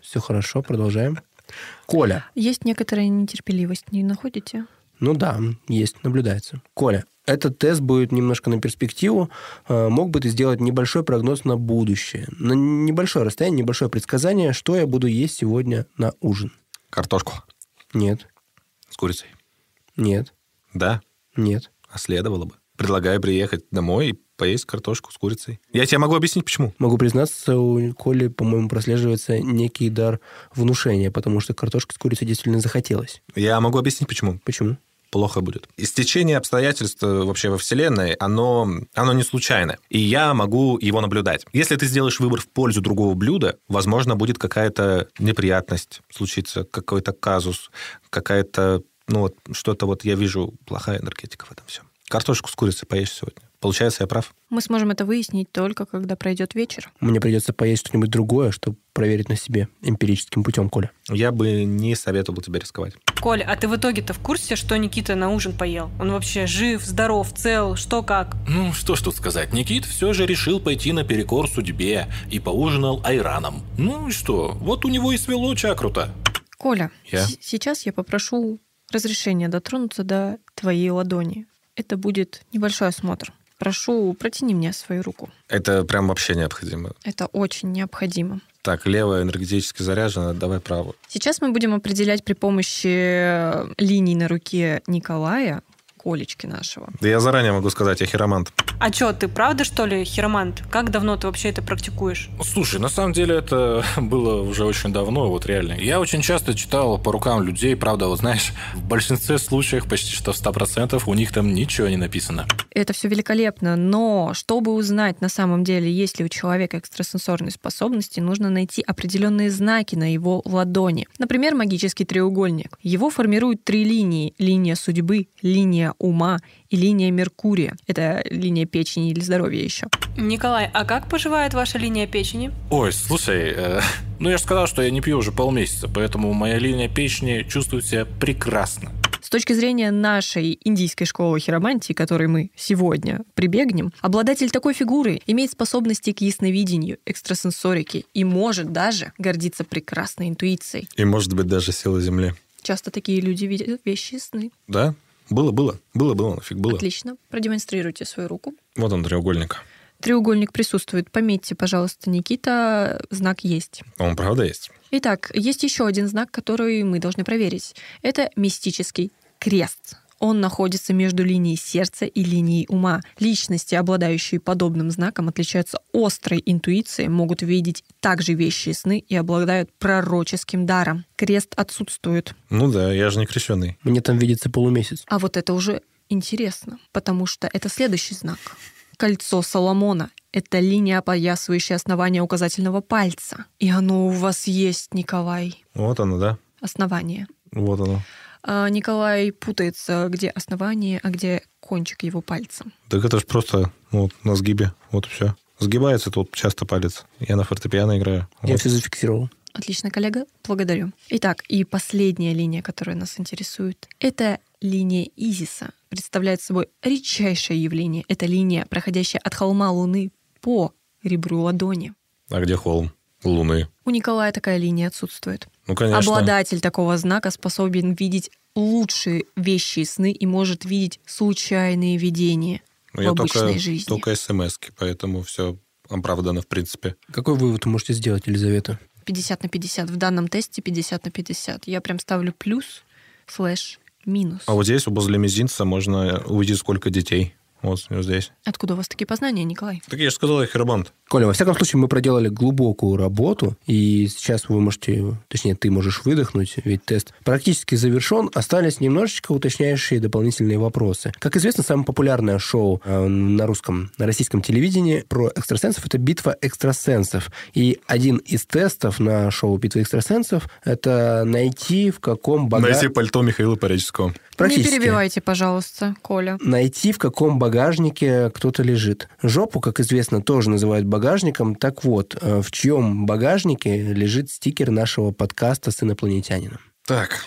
Все хорошо, продолжаем. Коля. Есть некоторая нетерпеливость, не находите? Ну да, есть, наблюдается. Коля, этот тест будет немножко на перспективу. Э, Мог бы ты сделать небольшой прогноз на будущее? На небольшое расстояние, небольшое предсказание, что я буду есть сегодня на ужин? Картошку Нет, с курицей. нет, Да, нет. а следовало бы. Предлагаю приехать домой и поесть картошку с курицей. Я тебе могу объяснить, почему. Могу признаться, у Коли, по-моему, прослеживается некий дар внушения, потому что картошка с курицей действительно захотелось. Я могу объяснить, почему. Почему? плохо будет. Истечение обстоятельств э, вообще во Вселенной, оно, оно не случайно. И я могу его наблюдать. Если ты сделаешь выбор в пользу другого блюда, возможно, будет какая-то неприятность случиться, какой-то казус, какая-то, ну вот, что-то вот я вижу, плохая энергетика в этом всем. Картошку с курицей поешь сегодня. Получается, я прав? Мы сможем это выяснить только, когда пройдет вечер. Мне придется поесть что-нибудь другое, чтобы проверить на себе эмпирическим путем, Коля. Я бы не советовал тебе рисковать. Коль, а ты в итоге-то в курсе, что Никита на ужин поел? Он вообще жив, здоров, цел, что как? Ну, что ж тут сказать, Никит все же решил пойти наперекор судьбе и поужинал айраном. Ну и что, вот у него и свело чакру-то. Коля, Я? с- сейчас я попрошу разрешения дотронуться до твоей ладони. Это будет небольшой осмотр. Прошу, протяни мне свою руку. Это прям вообще необходимо. Это очень необходимо. Так, левая энергетически заряжена, давай правую. Сейчас мы будем определять при помощи э, линий на руке Николая, Колечки нашего. Да я заранее могу сказать, я хиромант. А чё, ты правда, что ли, хиромант? Как давно ты вообще это практикуешь? Слушай, на самом деле это было уже очень давно, вот реально. Я очень часто читал по рукам людей, правда, вот знаешь, в большинстве случаев, почти что в 100%, у них там ничего не написано. Это все великолепно, но чтобы узнать на самом деле, есть ли у человека экстрасенсорные способности, нужно найти определенные знаки на его ладони. Например, магический треугольник. Его формируют три линии. Линия судьбы, линия ума и линия Меркурия. Это линия печени или здоровья еще. Николай, а как поживает ваша линия печени? Ой, слушай, э, ну я же сказал, что я не пью уже полмесяца, поэтому моя линия печени чувствует себя прекрасно. С точки зрения нашей индийской школы хиромантии, к которой мы сегодня прибегнем, обладатель такой фигуры имеет способности к ясновидению, экстрасенсорике и может даже гордиться прекрасной интуицией. И, может быть, даже сила Земли. Часто такие люди видят вещи и сны. Да? Было, было. Было, было, нафиг было. Отлично. Продемонстрируйте свою руку. Вот он, треугольник. Треугольник присутствует. Пометьте, пожалуйста, Никита, знак есть. Он правда есть? Итак, есть еще один знак, который мы должны проверить. Это мистический крест. Он находится между линией сердца и линией ума. Личности, обладающие подобным знаком, отличаются острой интуицией, могут видеть также вещи и сны и обладают пророческим даром. Крест отсутствует. Ну да, я же не крещеный. Мне там видится полумесяц. А вот это уже интересно, потому что это следующий знак. Кольцо Соломона — это линия, опоясывающая основание указательного пальца. И оно у вас есть, Николай. Вот оно, да? Основание. Вот оно. А Николай путается, где основание, а где кончик его пальца. Так это же просто ну, вот, на сгибе. Вот и все. Сгибается тут часто палец. Я на фортепиано играю. Я Вот. все зафиксировал. Отлично, коллега, благодарю. Итак, и последняя линия, которая нас интересует, это линия Изиса. Представляет собой редчайшее явление. Это линия, проходящая от холма Луны по ребру ладони. А где холм? Луны. У Николая такая линия отсутствует. Ну, конечно. Обладатель такого знака способен видеть лучшие вещи и сны и может видеть случайные видения Ну, в я обычной только, жизни. только смс поэтому все оправдано, в принципе. Какой вывод вы можете сделать, Елизавета? 50 на 50. В данном тесте 50 на 50. Я прям ставлю плюс, слэш, минус. А вот здесь, возле мизинца, можно увидеть, сколько детей. Вот, вот здесь. Откуда у вас такие познания, Николай? Так я же сказал, я хиромант. Коля, во всяком случае, мы проделали глубокую работу, и сейчас вы можете, точнее, ты можешь выдохнуть, ведь тест практически завершен, остались немножечко уточняющие дополнительные вопросы. Как известно, самое популярное шоу э, на русском, на российском телевидении про экстрасенсов — это «Битва экстрасенсов». И один из тестов на шоу «Битва экстрасенсов» — это найти, в каком Найти багажнике... пальто Михаила Пареческого. Не перебивайте, пожалуйста, Коля. найти, в каком багажнике кто-то лежит. Жопу, как известно, тоже называют багажником. Так вот, э, в чьем багажнике лежит стикер нашего подкаста с инопланетянином? Так,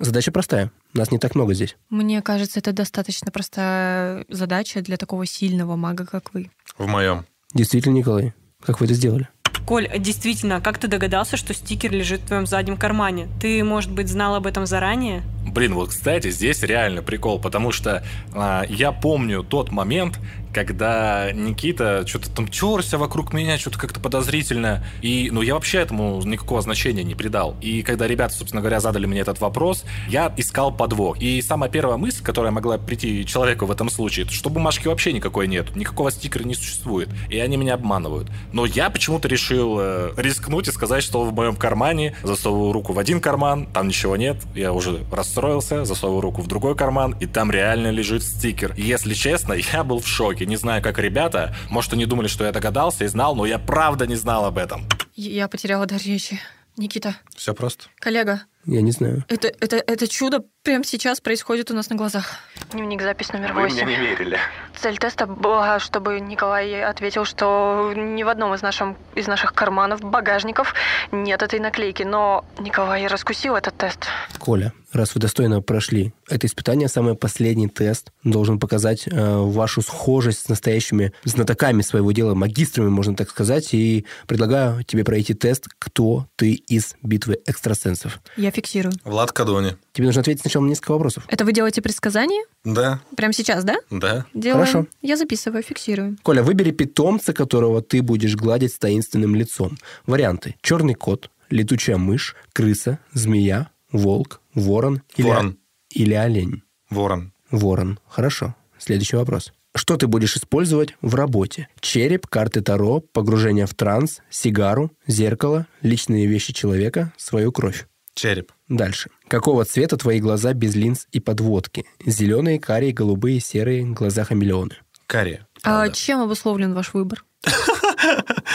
Задача простая. Нас не так много здесь. Мне кажется, это достаточно простая задача для такого сильного мага, как вы. в моем. Действительно, Николай, как вы это сделали? Коль, а действительно, как ты догадался, что стикер лежит в твоем заднем кармане? Ты, может быть, знал об этом заранее? Блин, вот, кстати, здесь реально прикол, потому что а, я помню тот момент, когда Никита что-то там терся вокруг меня, что-то как-то подозрительно, и, ну, я вообще этому никакого значения не придал. И когда ребята, собственно говоря, задали мне этот вопрос, я искал подвох. И самая первая мысль, которая могла прийти человеку в этом случае, это что бумажки вообще никакой нет, никакого стикера не существует, и они меня обманывают. Но я почему-то решил э, рискнуть и сказать, что в моем кармане засовываю руку в один карман, там ничего нет, я уже расстроился, засовываю руку в другой карман, и там реально лежит стикер. И Если честно, я был в шоке, не знаю, как ребята, может, они думали, что я догадался и знал, но я правда не знал об этом. Я я потеряла дар речи. Никита, Все просто. коллега, Я не знаю. это, это, это чудо прямо сейчас происходит у нас на глазах. Дневник, запись номер Вы мне 8. не верили. Цель теста была, чтобы Николай ответил, что ни в одном из, нашем, из наших карманов, багажников нет этой наклейки. Но Николай раскусил этот тест. Коля, раз вы достойно прошли это испытание, самый последний тест должен показать э, вашу схожесть с настоящими знатоками своего дела, магистрами, можно так сказать, и предлагаю тебе пройти тест «Кто ты из битвы экстрасенсов?». Я фиксирую. Влад Кадони. Тебе нужно ответить сначала на несколько вопросов. Это вы делаете предсказание? Да, Прямо сейчас, да? да. Делаем. Хорошо. Я записываю, фиксирую. Коля, выбери питомца, которого ты будешь гладить с таинственным лицом. Варианты. Черный кот, летучая мышь, крыса, змея, волк, ворон или, Ворон. или олень. Ворон. Ворон. Хорошо. Следующий вопрос. Что ты будешь использовать в работе? Череп, карты Таро, погружение в транс, сигару, зеркало, личные вещи человека, свою кровь. Череп. Дальше. Какого цвета твои глаза без линз и подводки? Зеленые, карие, голубые, серые, глаза хамелеоны. Кария. А Правда. чем обусловлен ваш выбор?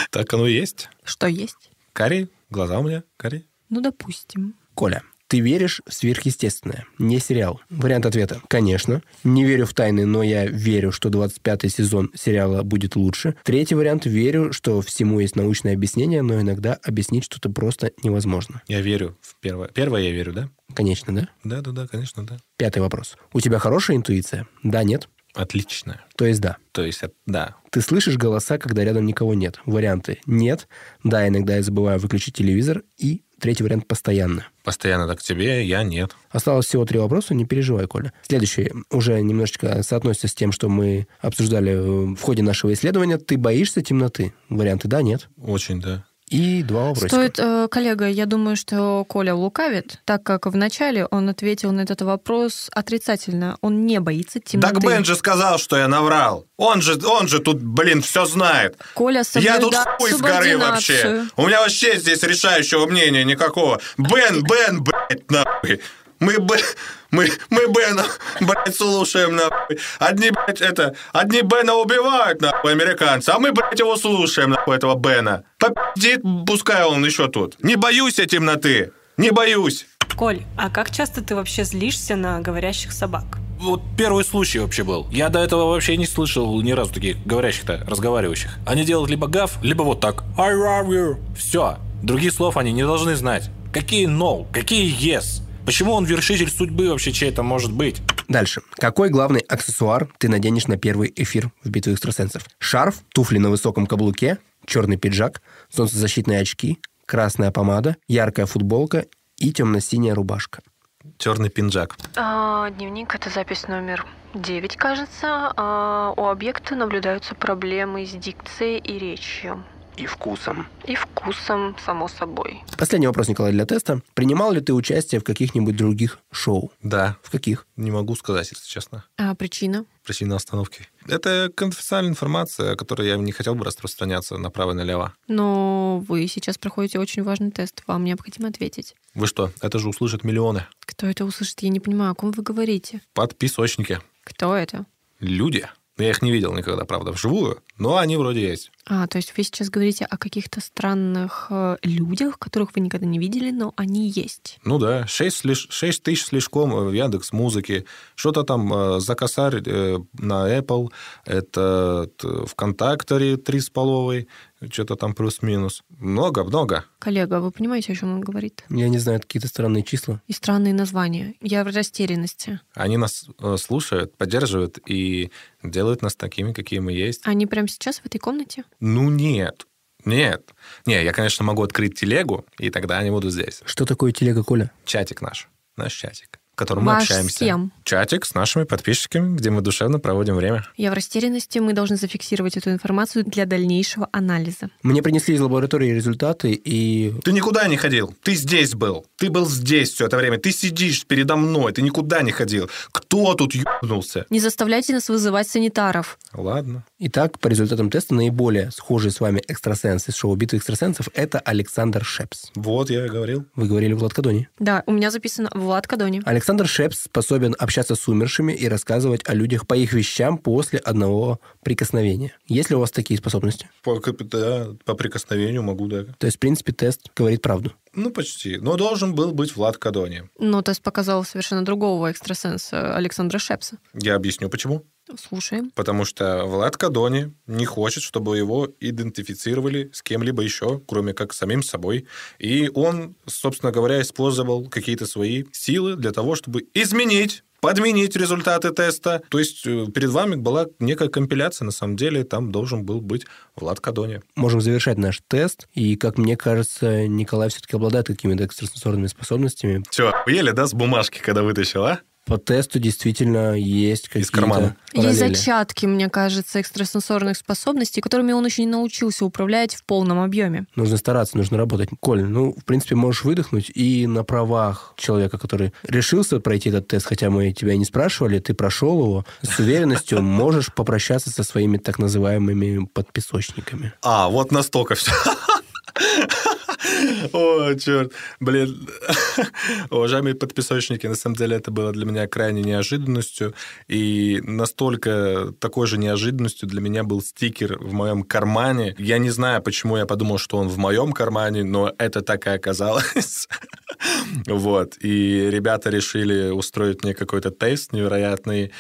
Так оно и есть. Что есть? Карий. Глаза у меня. Карий. Ну, допустим. Коля, ты веришь в сверхъестественное, не сериал? Вариант ответа. Конечно. Не верю в тайны, но я верю, что 25 сезон сериала будет лучше. Третий вариант. Верю, что всему есть научное объяснение, но иногда объяснить что-то просто невозможно. Я верю в первое. Первое я верю, да? Конечно, да? Да, да, да, конечно, да. Пятый вопрос. У тебя хорошая интуиция? Да, нет? Отличное. То есть да. То есть, это- да. Ты слышишь голоса, когда рядом никого нет. Варианты «нет», «да, иногда я забываю выключить телевизор» и Третий вариант постоянно. Постоянно так к тебе, я нет. Осталось всего три вопроса, не переживай, Коля. Следующий уже немножечко соотносится с тем, что мы обсуждали э, в ходе нашего исследования. Ты боишься темноты? Варианты да, нет. Очень, да. И два вопроса. Стоит, э, коллега, я думаю, что Коля лукавит, так как вначале он ответил на этот вопрос отрицательно. Он не боится темноты. Так Бен же сказал, что я наврал. Он же, он же тут, блин, все знает. Коля Я тут соблюдал хуй с горы вообще. субординацию. У меня вообще здесь решающего мнения никакого. Бен, Бен, блядь, нахуй. Мы, Бен, мы, мы Бена, блядь, слушаем, нахуй. Одни, блядь, это, одни Бена убивают, нахуй, американцы, а мы, блядь, его слушаем, нахуй, этого Бена. Попиздит, пускай он еще тут. Не боюсь я темноты, не боюсь. Коль, а как часто ты вообще злишься на говорящих собак? Вот первый случай вообще был. Я до этого вообще не слышал ни разу таких говорящих-то, разговаривающих. Они делают либо гав, либо вот так. I love you. Все. Других слов они не должны знать. Какие no, какие yes. Почему он вершитель судьбы вообще чей-то может быть? Дальше. Какой главный аксессуар ты наденешь на первый эфир в битве экстрасенсов? Шарф, туфли на высоком каблуке, черный пиджак, солнцезащитные очки, красная помада, яркая футболка и темно-синяя рубашка. Черный пинджак. А, Дневник — это запись номер 9, кажется. А, У объекта наблюдаются проблемы с дикцией и речью. И вкусом. И вкусом, само собой. Последний вопрос, Николай, для теста. Принимал ли ты участие в каких-нибудь других шоу? Да, В каких? не могу сказать, если честно. А причина? причина остановки. Это конфиденциальная информация, о которой я не хотел бы распространяться направо и налево. Но вы сейчас проходите очень важный тест. Вам необходимо ответить. Вы что, это же услышат миллионы. Кто это услышит? Я не понимаю, о ком вы говорите. Подписочники. Кто это? Люди. Ну, Я их не видел никогда, правда, вживую, но они вроде есть. А, то есть вы сейчас говорите о каких-то странных э, людях, которых вы никогда не видели, но они есть. Ну да, 6, тысяч слишком э, в Яндекс музыки, что-то там э, за косарь э, на Apple, это т- ВКонтакторе три с половой, что-то там плюс-минус. Много-много. Коллега, вы понимаете, о чем он говорит? Я не знаю, это какие-то странные числа. И странные названия. Я в растерянности. Они нас э, слушают, поддерживают и делают нас такими, какие мы есть. Они прямо сейчас в этой комнате? Ну нет. Нет. Не, я, конечно, могу открыть телегу, и тогда они будут здесь. Что такое телега, Коля? Чатик наш. Наш чатик, в котором мы Ваш общаемся. с кем? Чатик с нашими подписчиками, где мы душевно проводим время. Я в растерянности. Мы должны зафиксировать эту информацию для дальнейшего анализа. Мне принесли из лаборатории результаты, и Ты никуда не ходил. Ты здесь был. Ты был здесь все это время. Ты сидишь передо мной. Ты никуда не ходил. Кто тут ебнулся? Не заставляйте нас вызывать санитаров. Ладно. Итак, по результатам теста наиболее схожий с вами экстрасенс из шоу «Битвы экстрасенсов» — это Александр Шепс. Вот я и говорил. Вы говорили Влад Кадони. Да, у меня записано Влад Кадони. Александр Шепс способен общаться с умершими и рассказывать о людях по их вещам после одного прикосновения. Есть ли у вас такие способности? По, да, по прикосновению могу, да. То есть, в принципе, тест говорит правду. Ну, почти. Но должен был быть Влад Кадони. Но тест показал совершенно другого экстрасенса Александра Шепса. Я объясню, почему. Слушаем. Потому что Влад Кадони не хочет, чтобы его идентифицировали с кем-либо еще, кроме как самим собой. И он, собственно говоря, использовал какие-то свои силы для того, чтобы изменить подменить результаты теста. То есть э, перед вами была некая компиляция, на самом деле там должен был быть Влад Кадони. Можем завершать наш тест. И, как мне кажется, Николай все-таки обладает какими-то экстрасенсорными способностями. Все, ели, да, с бумажки, когда вытащил, а? По тесту действительно есть какие-то кармана. Есть параллели. зачатки, мне кажется, экстрасенсорных способностей, которыми он еще не научился управлять в полном объеме. Нужно стараться, нужно работать. Коль, ну, в принципе, можешь выдохнуть и на правах человека, который решился пройти этот тест, хотя мы тебя и не спрашивали, ты прошел его, с уверенностью можешь попрощаться со своими так называемыми подпесочниками. А, вот настолько все. О, черт, блин. Уважаемые подписочники, на самом деле это было для меня крайне неожиданностью. И настолько такой же неожиданностью для меня был стикер в моем кармане. Я не знаю, почему я подумал, что он в моем кармане, но это так и оказалось. Вот. И ребята решили устроить мне какой-то тест невероятный.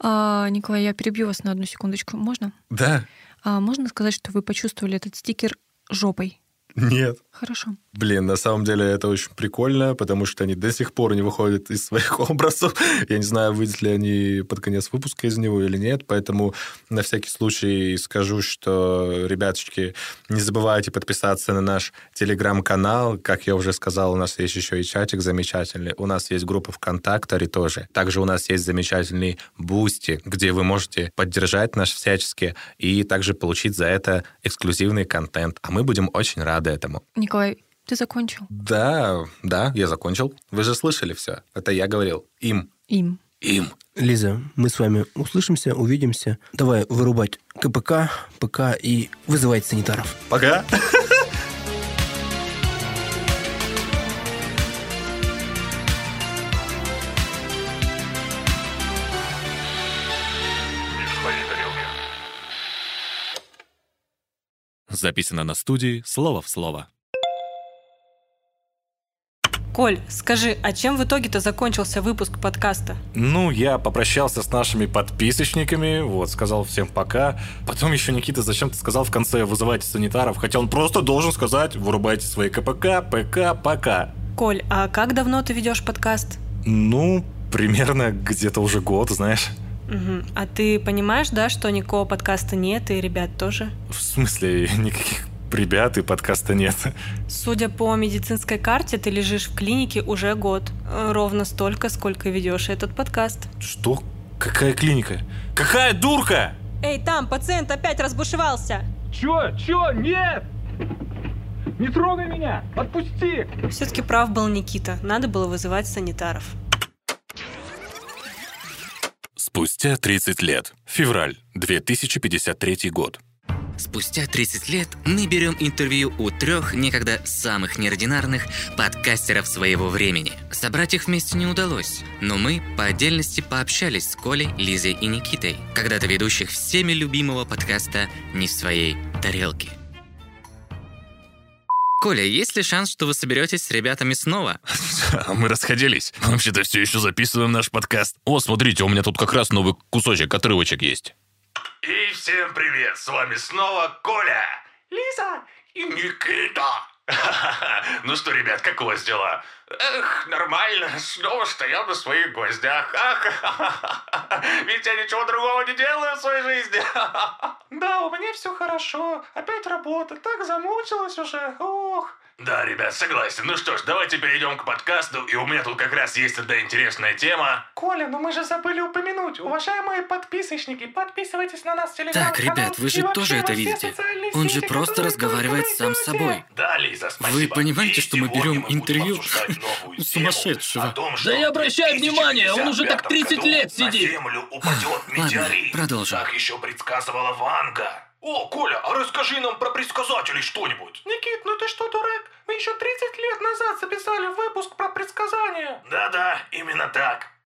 А, Николай, я перебью вас на одну секундочку. Можно? Да, А, можно сказать, что вы почувствовали этот стикер жопой? нет. Хорошо. Блин, на самом деле это очень прикольно, потому что они до сих пор не выходят из своих образов. Я не знаю, выйдут ли они под конец выпуска из него или нет, поэтому на всякий случай скажу, что, ребяточки, не забывайте подписаться на наш телеграм-канал. Как я уже сказал, у нас есть еще и чатик замечательный. У нас есть группа ВКонтакторе тоже. Также у нас есть замечательный Бусти, где вы можете поддержать нас всячески и также получить за это эксклюзивный контент. А мы будем очень рады этому. Николай, ты закончил? Да, да, я закончил. Вы же слышали все. Это я говорил. Им. Им. Им. Лиза, мы с вами услышимся, увидимся. Давай вырубать КПК, ПК и вызывать санитаров. Пока. Записано на студии слово в слово. Коль, скажи, а чем в итоге-то закончился выпуск подкаста? Ну, я попрощался с нашими подписочниками, вот, сказал всем пока. Потом еще Никита зачем-то сказал в конце «вызывайте санитаров», хотя он просто должен сказать «вырубайте свои КПК, ПК, пока». Коль, а как давно ты ведешь подкаст? Ну, примерно где-то уже год, знаешь. Мгм. А ты понимаешь, да, что никакого подкаста нет, и ребят тоже? В смысле, никаких ребят и подкаста нет. Судя по медицинской карте, ты лежишь в клинике уже год. Э, Ровно столько, сколько ведешь этот подкаст. Что? Какая клиника? Какая дурка! Эй, там, пациент опять разбушевался! Чё? Чё? Нет! Не трогай меня! Отпусти! Все-таки прав был Никита. Надо было вызывать санитаров. Спустя 30 лет. Февраль 2053 год. Спустя 30 лет мы берем интервью у трех некогда самых неординарных подкастеров своего времени. Собрать их вместе не удалось, но мы по отдельности пообщались с Колей, Лизой и Никитой, когда-то ведущих всеми любимого подкаста «Не в своей тарелке». Коля, есть ли шанс, что вы соберетесь с ребятами снова? А мы расходились. Вообще-то все еще записываем наш подкаст. О, смотрите, у меня тут как раз новый кусочек, отрывочек есть. И всем привет! С вами снова Коля, Лиза и Никита. Ну что, ребят, как у вас дела? Эх, нормально, снова стоял на своих гвоздях. Ах, ведь я ничего другого не делаю в своей жизни. Да, у меня все хорошо. Опять работа. Так замучилась уже. Ох. Да, ребят, согласен. Ну что ж, давайте перейдем к подкасту. И у меня тут как раз есть одна интересная тема. Коля, ну мы же забыли упомянуть. Уважаемые подписочники, подписывайтесь на нас в телеграм Так, ребят, вы же тоже это видите. Он же просто разговаривает сам с собой. Да, Лиза, Вы понимаете, что мы берем интервью у сумасшедшего? Да не обращай внимания, он уже так 30 лет На сидит. землю упадет Ладно, метеорит. продолжим. Как еще предсказывала Ванга. О, Коля, а расскажи нам про предсказателей что-нибудь. Никит, ну ты что, дурак? Мы еще 30 лет назад записали выпуск про предсказания. Да-да, именно так.